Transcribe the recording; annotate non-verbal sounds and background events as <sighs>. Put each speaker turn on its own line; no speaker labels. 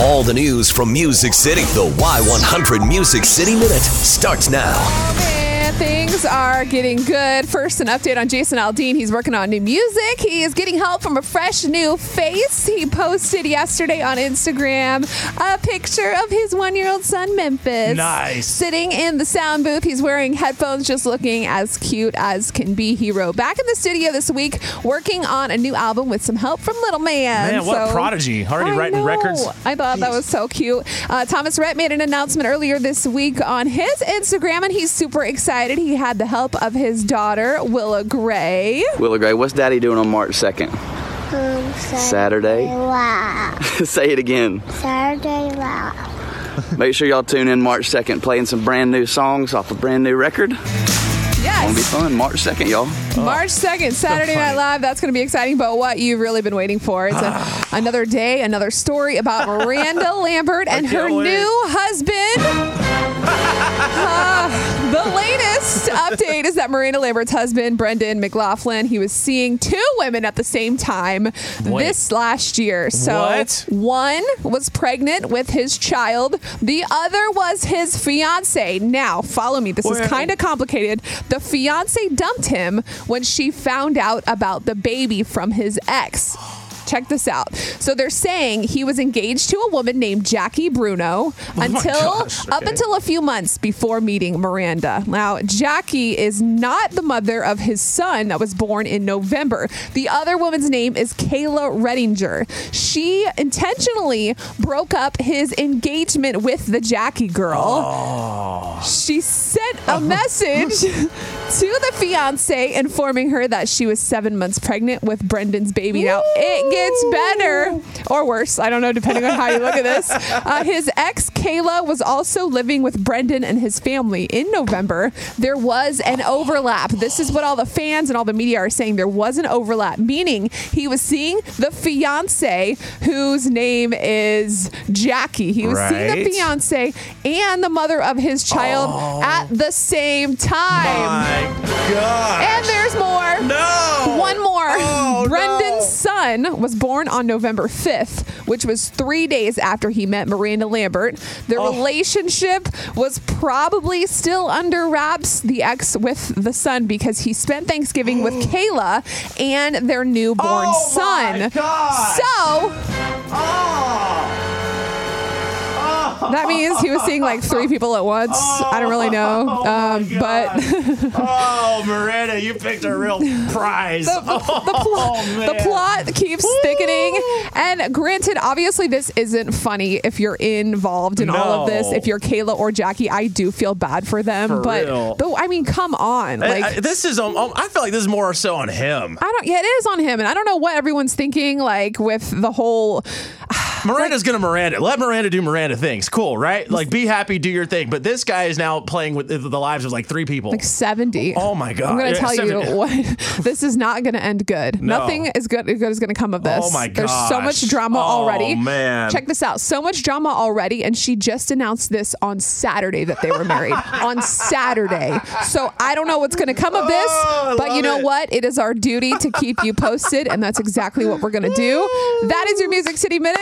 All the news from Music City. The Y100 Music City Minute starts now.
Man, things are getting good. First, an update on Jason Aldean. He's working on new music. He is getting help from a fresh new face. He posted yesterday on Instagram a picture of his one year old son, Memphis.
Nice.
Sitting in the sound booth. He's wearing headphones, just looking as cute as can be. Hero back in the studio this week, working on a new album with some help from Little Man.
Man, what a prodigy. Already
I
writing
know.
records.
I thought that was so cute. Uh, Thomas Rhett made an announcement earlier this week on his Instagram, and he's super excited. He had the help of his daughter, Willa Gray.
Willow Gray, what's Daddy doing on March 2nd?
Um,
Saturday?
Live.
<laughs> Say it again.
Saturday Live.
Make sure y'all tune in March 2nd, playing some brand new songs off a brand new record. Gonna be
Yes,
fun. March 2nd, y'all.
<laughs>
Oh,
March 2nd, Saturday Night Live. That's going to be exciting, but what you've really been waiting for is
<sighs>
a, another day, another story about
<laughs>
Miranda Lambert and her
can't wait.
new husband.
<laughs>
Uh, the latest update is that Miranda Lambert's husband, Brendan McLaughlin, he was seeing two women at the same time
Wait.
this last year. So
What?
one was pregnant with his child, the other was his fiance. Now, follow me. This
Well-
is kind of complicated. The fiance dumped him when she found out about the baby from his ex. Check this out. So they're saying he was engaged to a woman named Jackie Bruno until
Oh gosh,
up
okay.
until until a few months before meeting Miranda. Now, Jackie is not the mother of his son that was born in November. The other woman's name is Kayla Redinger. She intentionally broke up his engagement with the Jackie girl.
Oh.
She sent a message to the fiance informing her that she was seven months pregnant with Brendan's baby. Now, it gets better or worse. I don't know, depending on how you look at this. Uh, his ex, Kayla, was also living with Brendan and his family in November. There was an overlap. This is what all the fans and all the media are saying. There was an overlap, meaning he was seeing the fiance, whose name is Jackie. He was seeing the
Right.
fiance fiance and the mother of his child at the same time.
Oh. My God.
And there's more.
No.
One more.
Oh,
Brendan's
no.
son was born on November 5th, which was three days after he met Miranda Lambert. Their
Oh.
relationship was probably still under wraps, the ex with the son, because he spent Thanksgiving with
<gasps>
Kayla and their newborn
Oh,
son.
my gosh.
So
Oh.
that means he was seeing like three people at once. I don't really know.
<laughs> Oh, my
um, but.
God. oh, Miranda, you picked a real
<laughs>
prize.
the, the, the, pl-
Oh, man.
the plot keeps thickening. And granted, obviously, this isn't funny if you're involved in all of this.
No.
If you're Kayla or Jackie, I do feel bad for them.
For
but
real.
though, I mean, come on,
I-
like.
I- this is um, um, I feel like this is more so on him.
I don't. Yeah, it is on him, and I don't know what everyone's thinking. Like with the whole,
Miranda's gonna Miranda. Let Miranda do Miranda things. Cool, right? Like be happy, do your thing. But this guy is now playing with the lives of like three people.
like seventy.
Oh my God.
I'm gonna
Yeah,
tell
70.
you what. <laughs> This is not gonna end good.
No.
Nothing is good. Good is gonna come of this.
Oh my
There's so much
gosh.
drama
Oh,
already.
man.
check this out. So much drama already, and she just announced this on Saturday that they were
<laughs>
married on Saturday. So I don't know what's gonna come of this,
Oh, I
but you
love
know
it.
what? It is our duty to keep you posted, and that's exactly what we're gonna do. That is your Music City Minute.